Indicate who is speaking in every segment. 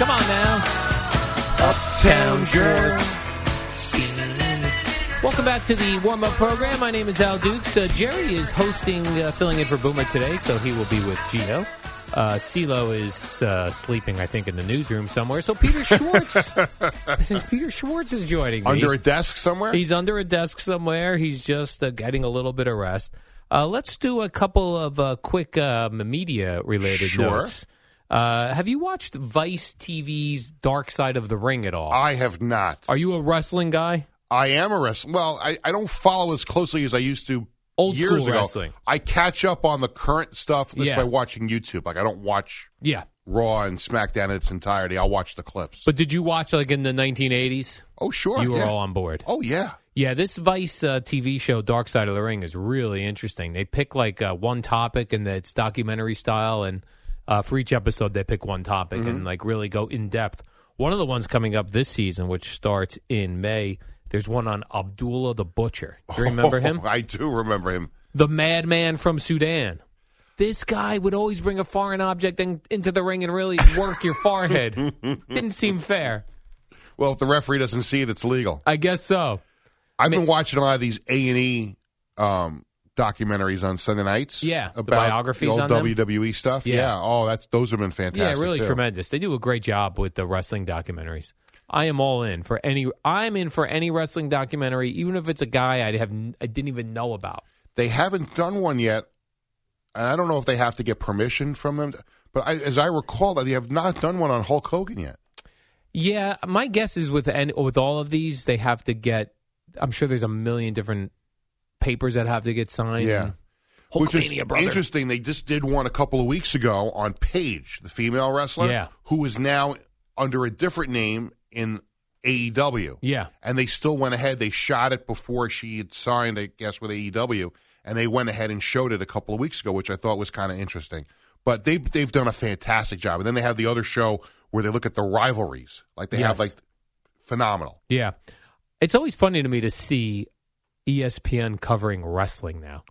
Speaker 1: Come on now.
Speaker 2: Uptown Girl.
Speaker 1: Welcome back to the warm up program. My name is Al Dukes. Uh, Jerry is hosting, uh, filling in for Boomer today, so he will be with Gio. Uh, CeeLo is uh, sleeping, I think, in the newsroom somewhere. So Peter Schwartz, this is Peter Schwartz is joining me.
Speaker 2: Under a desk somewhere?
Speaker 1: He's under a desk somewhere. He's just uh, getting a little bit of rest. Uh, let's do a couple of uh, quick um, media related
Speaker 2: Sure.
Speaker 1: notes. Uh, have you watched Vice TV's Dark Side of the Ring at all?
Speaker 2: I have not.
Speaker 1: Are you a wrestling guy?
Speaker 2: I am a wrestler. Well, I, I don't follow as closely as I used to
Speaker 1: Old
Speaker 2: years
Speaker 1: school
Speaker 2: ago.
Speaker 1: wrestling.
Speaker 2: I catch up on the current stuff just
Speaker 1: Yeah.
Speaker 2: by watching YouTube. Like, I don't watch
Speaker 1: Yeah.
Speaker 2: Raw and SmackDown in its entirety. I'll watch the clips.
Speaker 1: But did you watch like in the 1980s?
Speaker 2: oh, sure.
Speaker 1: you were
Speaker 2: yeah.
Speaker 1: all on board.
Speaker 2: Oh, yeah.
Speaker 1: Yeah, this Vice uh, TV show, Dark Side of the Ring, is really interesting. They pick like uh, one topic and it's documentary style, and uh, for each episode, they pick one topic and like really go in depth. One of the ones coming up this season, which starts in May, there's one on Abdullah the Butcher. Do you remember him?
Speaker 2: I do remember him.
Speaker 1: the madman from Sudan. This guy would always bring a foreign object in, into the ring and really work your forehead. Didn't seem fair.
Speaker 2: Well, if the referee doesn't see it, it's legal.
Speaker 1: I guess so.
Speaker 2: I've been watching a lot of these A and E um, documentaries on Sunday nights.
Speaker 1: Yeah, the
Speaker 2: about
Speaker 1: biographies
Speaker 2: the old
Speaker 1: on them.
Speaker 2: WWE stuff.
Speaker 1: Yeah.
Speaker 2: Yeah. Oh, that's those have been fantastic.
Speaker 1: yeah, really
Speaker 2: too.
Speaker 1: tremendous. They do a great job with the wrestling documentaries. I am all in for any. I'm in for any wrestling documentary, even if it's a guy I have n- I didn't even know about.
Speaker 2: They haven't done one yet, and I don't know if they have to get permission from them. But I, as I recall, that they have not done one on Hulk Hogan yet.
Speaker 1: Yeah, my guess is with any, with all of these, they have to get. I'm sure there's a million different papers that have to get signed.
Speaker 2: Yeah. Which is
Speaker 1: Hulkamania, brother.
Speaker 2: interesting. They just did one a couple of weeks ago on Paige, the female wrestler,
Speaker 1: Yeah.
Speaker 2: who is now under a different name in E AEW.
Speaker 1: Yeah.
Speaker 2: and they still went ahead. They shot it before she had signed, I guess, with AEW, and they went ahead and showed it a couple of weeks ago, which I thought was kind of interesting. But they they've done a fantastic job, and then they have the other show where they look at the rivalries, like they
Speaker 1: Yes.
Speaker 2: have like phenomenal.
Speaker 1: Yeah. It's always funny to me to see E ESPN covering wrestling now.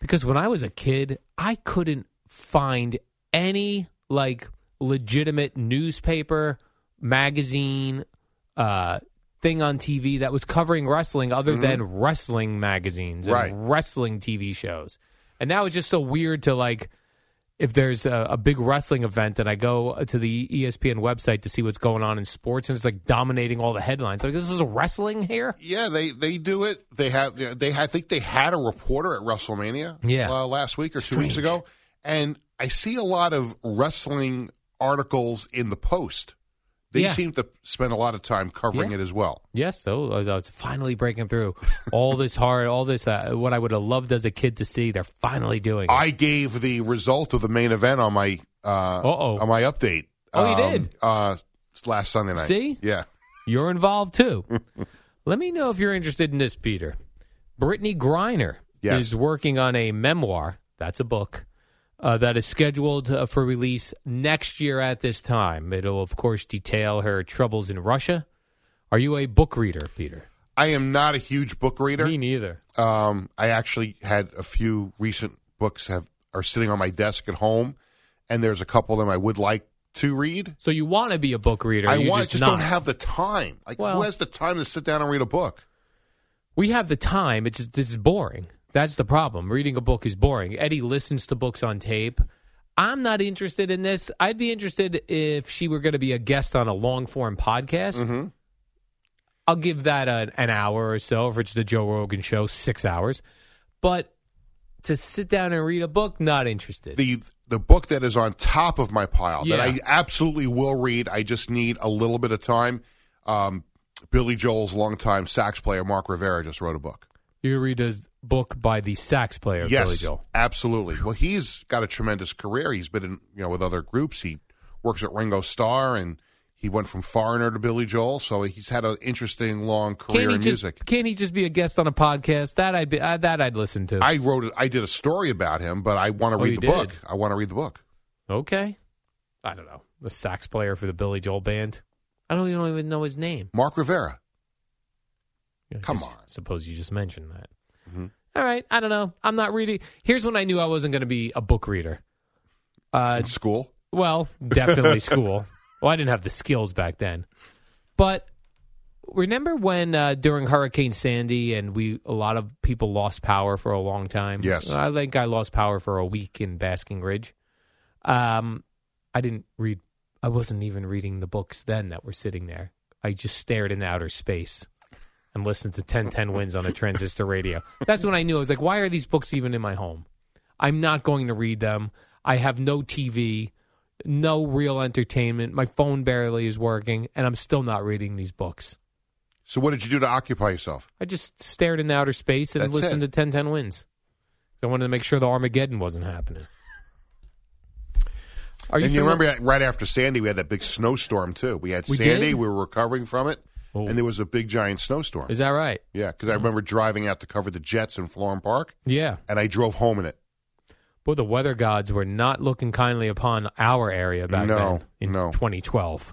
Speaker 1: Because when I was a kid, I couldn't find any like legitimate newspaper, magazine, uh thing on TV that was covering wrestling other than wrestling magazines and
Speaker 2: Right.
Speaker 1: wrestling TV shows. And now it's just so weird to like if there's a, a big wrestling event and I go to the E ESPN website to see what's going on in sports and it's like dominating all the headlines. Like this is wrestling here.
Speaker 2: Yeah, they they do it. They have they had- I think they had a reporter at WrestleMania
Speaker 1: Yeah.
Speaker 2: uh, last week or two weeks ago, and I see a lot of wrestling articles in the Post. They
Speaker 1: Yeah.
Speaker 2: seem to spend a lot of time covering
Speaker 1: Yeah.
Speaker 2: it as well.
Speaker 1: Yes, so I was finally breaking through. All this hard, all this uh, what I would have loved as a kid to see. They're finally doing. It.
Speaker 2: I gave the result of the main event on my uh,
Speaker 1: Uh-oh.
Speaker 2: on my update.
Speaker 1: Oh, you did?
Speaker 2: uh, last Sunday night.
Speaker 1: See?
Speaker 2: yeah,
Speaker 1: You're involved too. Let me know if you're interested in this, Peter. Brittany Griner
Speaker 2: Yes.
Speaker 1: is working on a memoir. That's a book uh, that is scheduled uh, for release next year at this time. It'll, of course, detail her troubles in Russia. Are you a book reader, Peter?
Speaker 2: I am not a huge book reader.
Speaker 1: Me neither.
Speaker 2: Um, I actually had a few recent books have are sitting on my desk at home, and there's a couple of them I would like to read.
Speaker 1: So you want to be a book reader?
Speaker 2: I
Speaker 1: you
Speaker 2: want
Speaker 1: just
Speaker 2: just
Speaker 1: not.
Speaker 2: don't have the time. Like,
Speaker 1: Well-
Speaker 2: who has the time to sit down and read a book?
Speaker 1: We have the time. It's just, it's boring. That's the problem. Reading a book is boring. Eddie listens to books on tape. I'm not interested in this. I'd be interested if she were going to be a guest on a long form podcast.
Speaker 2: Mm-hmm.
Speaker 1: I'll give that a, an hour or so. If it's the Joe Rogan show, six hours. But to sit down and read a book, not interested.
Speaker 2: the the book that is on top of my pile that
Speaker 1: Yeah.
Speaker 2: I absolutely will read. I just need a little bit of time. Um, Billy Joel's longtime sax player Mark Rivera just wrote a book.
Speaker 1: you read a book by the sax player,
Speaker 2: yes,
Speaker 1: Billy Joel.
Speaker 2: absolutely. Well, he's got a tremendous career. He's been in you know with other groups. He works at Ringo Starr, and he went from Foreigner to Billy Joel. So he's had an interesting long career
Speaker 1: Can't he,
Speaker 2: in
Speaker 1: just,
Speaker 2: music.
Speaker 1: can't he just be a guest on a podcast? That I'd be, uh, that I'd listen to.
Speaker 2: I wrote, it- I did a story about him, but I want to
Speaker 1: Oh,
Speaker 2: read
Speaker 1: you
Speaker 2: the
Speaker 1: did?
Speaker 2: book. I want to read the book.
Speaker 1: okay, I don't know the sax player for the Billy Joel band. I don't even, don't even know his name.
Speaker 2: Mark Rivera.
Speaker 1: You know,
Speaker 2: Come
Speaker 1: just- Mm-hmm.
Speaker 2: on.
Speaker 1: Suppose you just mentioned that. All right, I don't know. I'm not reading. Here's when I knew I wasn't going to be a book reader. Uh,
Speaker 2: in school.
Speaker 1: Well, definitely school. Well, I didn't have the skills back then. But remember when uh, during Hurricane Sandy and we a lot of people lost power for a long time?
Speaker 2: Yes.
Speaker 1: I think I lost power for a week in Basking Ridge. Um, I didn't read I wasn't even reading the books then that were sitting there. I just stared into outer space and listened to 1010 Winds on a transistor radio. That's when I knew. I was like, why are these books even in my home? I'm not going to read them. I have no TV, no real entertainment. My phone barely is working, and I'm still not reading these books.
Speaker 2: So what did you do to occupy yourself?
Speaker 1: I just stared into outer space and
Speaker 2: That's
Speaker 1: listened
Speaker 2: it.
Speaker 1: to 1010 Winds. I wanted to make sure the Armageddon wasn't happening. Are
Speaker 2: and you
Speaker 1: familiar-
Speaker 2: remember that right after Sandy, we had that big snowstorm too. We had
Speaker 1: We
Speaker 2: Sandy,
Speaker 1: did?
Speaker 2: we were recovering from it,
Speaker 1: Oh.
Speaker 2: and there was a big giant snowstorm.
Speaker 1: Is Oh. that right?
Speaker 2: yeah, because I remember driving out to cover the Jets in Florham Park,
Speaker 1: Yeah.
Speaker 2: and I drove home in it.
Speaker 1: Boy, the weather gods were not looking kindly upon our area back
Speaker 2: No,
Speaker 1: then in
Speaker 2: no.
Speaker 1: 2012.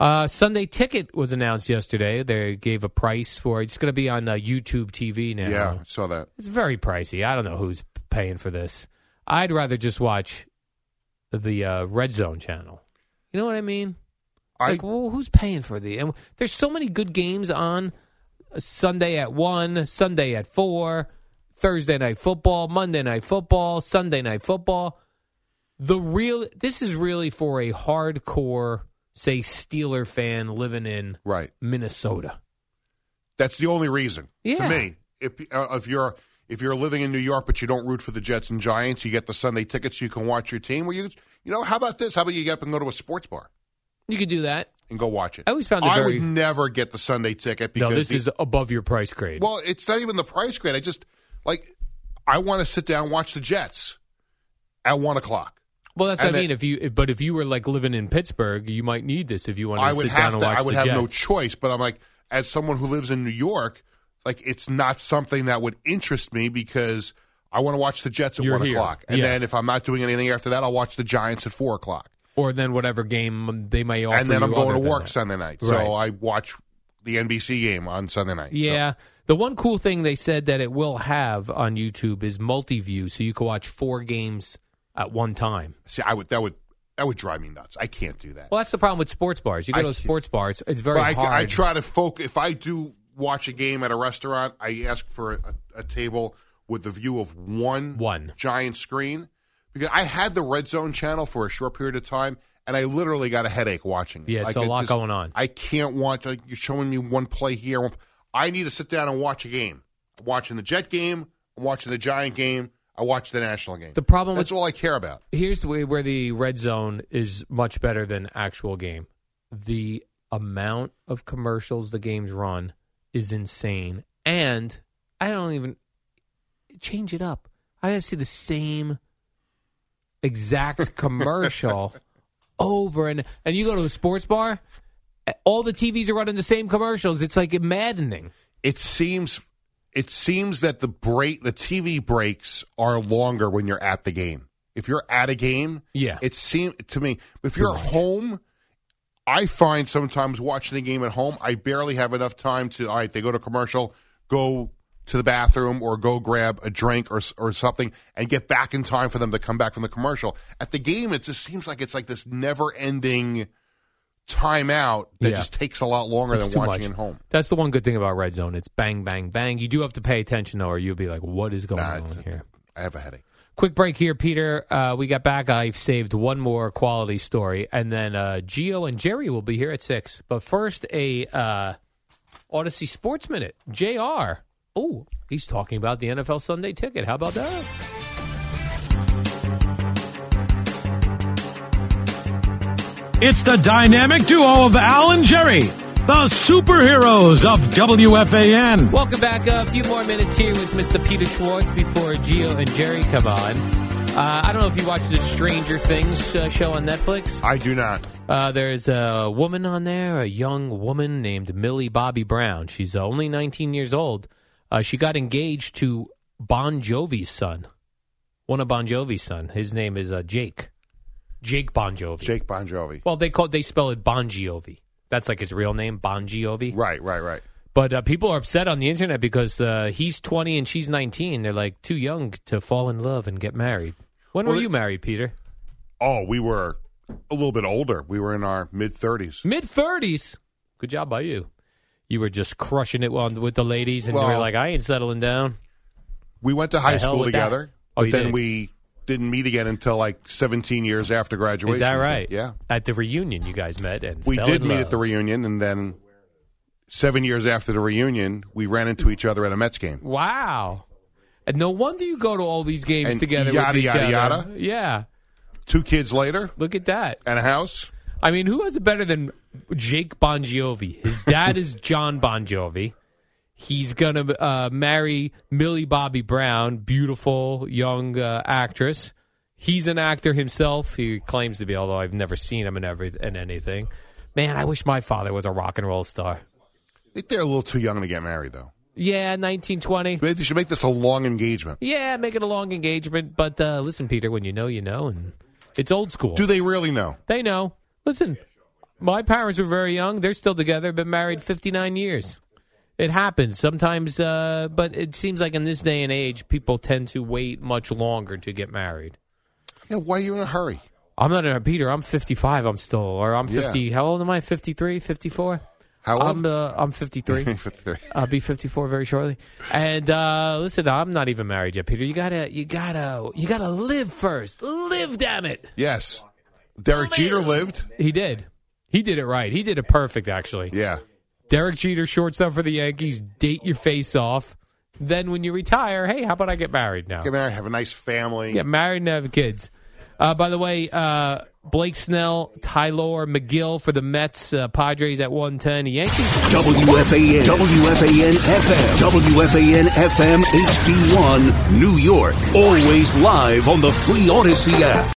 Speaker 1: Uh, Sunday Ticket was announced yesterday. They gave a price for it. It's going to be on uh, YouTube TV now.
Speaker 2: Yeah, I saw that.
Speaker 1: It's very pricey. I don't know who's paying for this. I'd rather just watch the uh, Red Zone channel. You know what I mean?
Speaker 2: I
Speaker 1: like, well, who's paying for the? And there's so many good games on uh, Sunday at one, Sunday at four, Thursday night football, Monday night football, Sunday night football. The real this is really for a hardcore, say Steeler fan living in
Speaker 2: right.
Speaker 1: Minnesota.
Speaker 2: That's the only reason
Speaker 1: Yeah.
Speaker 2: to me. If uh, if you're if you're living in New York but you don't root for the Jets and Giants, you get the Sunday tickets. You can watch your team. Well, you you know how about this? How about you get up and go to a sports bar
Speaker 1: You could do that.
Speaker 2: and go watch it?
Speaker 1: I always found it
Speaker 2: I
Speaker 1: very-
Speaker 2: would never get the Sunday ticket because
Speaker 1: no, this
Speaker 2: the-
Speaker 1: is above your price grade.
Speaker 2: Well, it's not even the price grade. I just like I want to sit down and watch the Jets at one o'clock.
Speaker 1: Well, that's what
Speaker 2: and
Speaker 1: I
Speaker 2: it-
Speaker 1: mean. If you, if- but if you were like living in Pittsburgh, you might need this if you want to
Speaker 2: I would
Speaker 1: sit down
Speaker 2: have
Speaker 1: and
Speaker 2: to.
Speaker 1: watch
Speaker 2: I would
Speaker 1: the
Speaker 2: have
Speaker 1: Jets.
Speaker 2: no choice. But I'm like, as someone who lives in New York, like it's not something that would interest me because I want to watch the Jets at
Speaker 1: You're
Speaker 2: one
Speaker 1: here.
Speaker 2: o'clock, and
Speaker 1: Yeah.
Speaker 2: then if I'm not doing anything after that, I'll watch the Giants at four o'clock,
Speaker 1: or then whatever game they may offer.
Speaker 2: and then
Speaker 1: you
Speaker 2: I'm going
Speaker 1: other
Speaker 2: to
Speaker 1: than
Speaker 2: work
Speaker 1: that.
Speaker 2: Sunday night.
Speaker 1: Right.
Speaker 2: So I watch the NBC game on Sunday night. So-
Speaker 1: Yeah. The one cool thing they said that it will have on YouTube is multi-view, so you can watch four games at one time.
Speaker 2: see, I would that would that would drive me nuts. I can't do that.
Speaker 1: Well, that's the problem with sports bars. You go
Speaker 2: I
Speaker 1: to a
Speaker 2: can't-
Speaker 1: sports bar, it's, it's very
Speaker 2: But
Speaker 1: hard.
Speaker 2: I, I try to focus. If I do watch a game at a restaurant, I ask for a, a table with the view of one
Speaker 1: One.
Speaker 2: giant screen because I had the Red Zone channel for a short period of time, and I literally got a headache watching. it.
Speaker 1: Yeah, it's a
Speaker 2: it
Speaker 1: lot going on.
Speaker 2: I can't watch. Like, you're showing me one play here. one- I need to sit down and watch a game. I'm watching the Jet game. I'm watching the Giant game. I watch the National game.
Speaker 1: The problem
Speaker 2: That's
Speaker 1: with-
Speaker 2: all I care about.
Speaker 1: Here's the way where the red zone is much better than actual game. The amount of commercials the games run is insane, and I don't even change it up. I gotta see the same exact commercial over and and you go to a sports bar, all the TVs are running the same commercials. It's like maddening.
Speaker 2: it seems it seems that the break the TV breaks are longer when you're at the game. If you're at a game,
Speaker 1: Yeah.
Speaker 2: it seems to me. If you're home, I find sometimes watching the game at home, I barely have enough time to. All right, they go to commercial, go to the bathroom, or go grab a drink or s- or something, and get back in time for them to come back from the commercial. At the game, it just seems like it's like this never ending timeout that
Speaker 1: Yeah.
Speaker 2: just takes a lot longer
Speaker 1: It's
Speaker 2: than
Speaker 1: too
Speaker 2: watching
Speaker 1: much.
Speaker 2: at home.
Speaker 1: That's the one good thing about red zone. It's bang, bang, bang. You do have to pay attention though, or you'll be like, "What is going
Speaker 2: Nah,
Speaker 1: on
Speaker 2: it's-
Speaker 1: here?"
Speaker 2: I have a headache.
Speaker 1: Quick break here, Peter. Uh, we got back. I've saved one more quality story, and then uh, Geo and Jerry will be here at six. But first, a uh, Odyssey Sports Minute. Jr. Oh, he's talking about the NFL Sunday Ticket. How about that?
Speaker 3: It's the dynamic duo of Al and Jerry, the superheroes of WFAN.
Speaker 1: Welcome back. A few more minutes here with Mr. Peter Schwartz before Geo and Jerry come on. Uh, I don't know if you watch the Stranger Things uh, show on Netflix.
Speaker 2: I do not.
Speaker 1: Uh, there's a woman on there, a young woman named Millie Bobby Brown. She's uh, only 19 years old. Uh, she got engaged to Bon Jovi's son, one of Bon Jovi's son. His name is uh, Jake, Jake Bon Jovi.
Speaker 2: Jake Bon Jovi.
Speaker 1: Well, they call they spell it Bon Jovi. That's like his real name, Bon Jovi.
Speaker 2: Right, right, right.
Speaker 1: But uh, people are upset on the internet because uh, he's 20 and she's 19. They're like too young to fall in love and get married. When
Speaker 2: Well,
Speaker 1: were
Speaker 2: the-
Speaker 1: you married, Peter?
Speaker 2: Oh, we were a little bit older. We were in our mid 30s.
Speaker 1: mid thirties. Good job by you. You were just crushing it on, with the ladies, and you were
Speaker 2: Well-
Speaker 1: like, "I ain't settling down."
Speaker 2: We went to high
Speaker 1: The hell
Speaker 2: school
Speaker 1: with that.
Speaker 2: together,
Speaker 1: Oh,
Speaker 2: but
Speaker 1: you
Speaker 2: then
Speaker 1: did?
Speaker 2: we didn't meet again until like 17 years after graduation.
Speaker 1: Is that right?
Speaker 2: Yeah.
Speaker 1: At the reunion, you guys met, and
Speaker 2: We
Speaker 1: fell
Speaker 2: did
Speaker 1: in
Speaker 2: meet
Speaker 1: love.
Speaker 2: at the reunion, and then seven years after the reunion, we ran into each other at a Mets game.
Speaker 1: Wow. And no wonder you go to all these games
Speaker 2: And
Speaker 1: together.
Speaker 2: yada,
Speaker 1: with each
Speaker 2: yada,
Speaker 1: other.
Speaker 2: yada.
Speaker 1: Yeah.
Speaker 2: Two kids later,
Speaker 1: Look at that.
Speaker 2: and a house.
Speaker 1: I mean, who has it better than Jake Bon Jovi? His dad is John Bon Jovi. He's going to uh, marry Millie Bobby Brown, beautiful young uh, actress. He's an actor himself. He claims to be, although I've never seen him in, every, in anything. Man, I wish my father was a rock and roll star.
Speaker 2: I think they're a little too young to get married, though.
Speaker 1: Yeah, 1920.
Speaker 2: Maybe they should make this a long engagement.
Speaker 1: Yeah, make it a long engagement. But uh, listen, Peter, when you know, you know. And it's old school.
Speaker 2: Do they really know?
Speaker 1: They know. Listen, my parents were very young. They're still together. Been married 59 years. It happens sometimes, uh, but it seems like in this day and age, people tend to wait much longer to get married.
Speaker 2: Yeah, why are you in a hurry?
Speaker 1: I'm not a Peter. I'm 55. I'm still, or I'm 50. How old am I? 53, 54.
Speaker 2: How old?
Speaker 1: I'm uh, I'm 53.
Speaker 2: 53.
Speaker 1: I'll be 54 very shortly. And uh, listen, I'm not even married yet, Peter. You gotta, you gotta, you gotta live first. Live, damn it.
Speaker 2: Yes. Derek Jeter lived.
Speaker 1: He did. He did it right. He did it perfect, actually.
Speaker 2: Yeah.
Speaker 1: Derek Jeter, shortstop for the Yankees, date your face off. Then when you retire, hey, how about I get married now?
Speaker 2: Get married, have a nice family.
Speaker 1: Get married and have kids. Uh, by the way, uh, Blake Snell, Tyler McGill for the Mets, uh, Padres at 110. The Yankees,
Speaker 4: WFAN, WFAN FM, WFAN FM HD1, New York. Always live on the Free Odyssey app.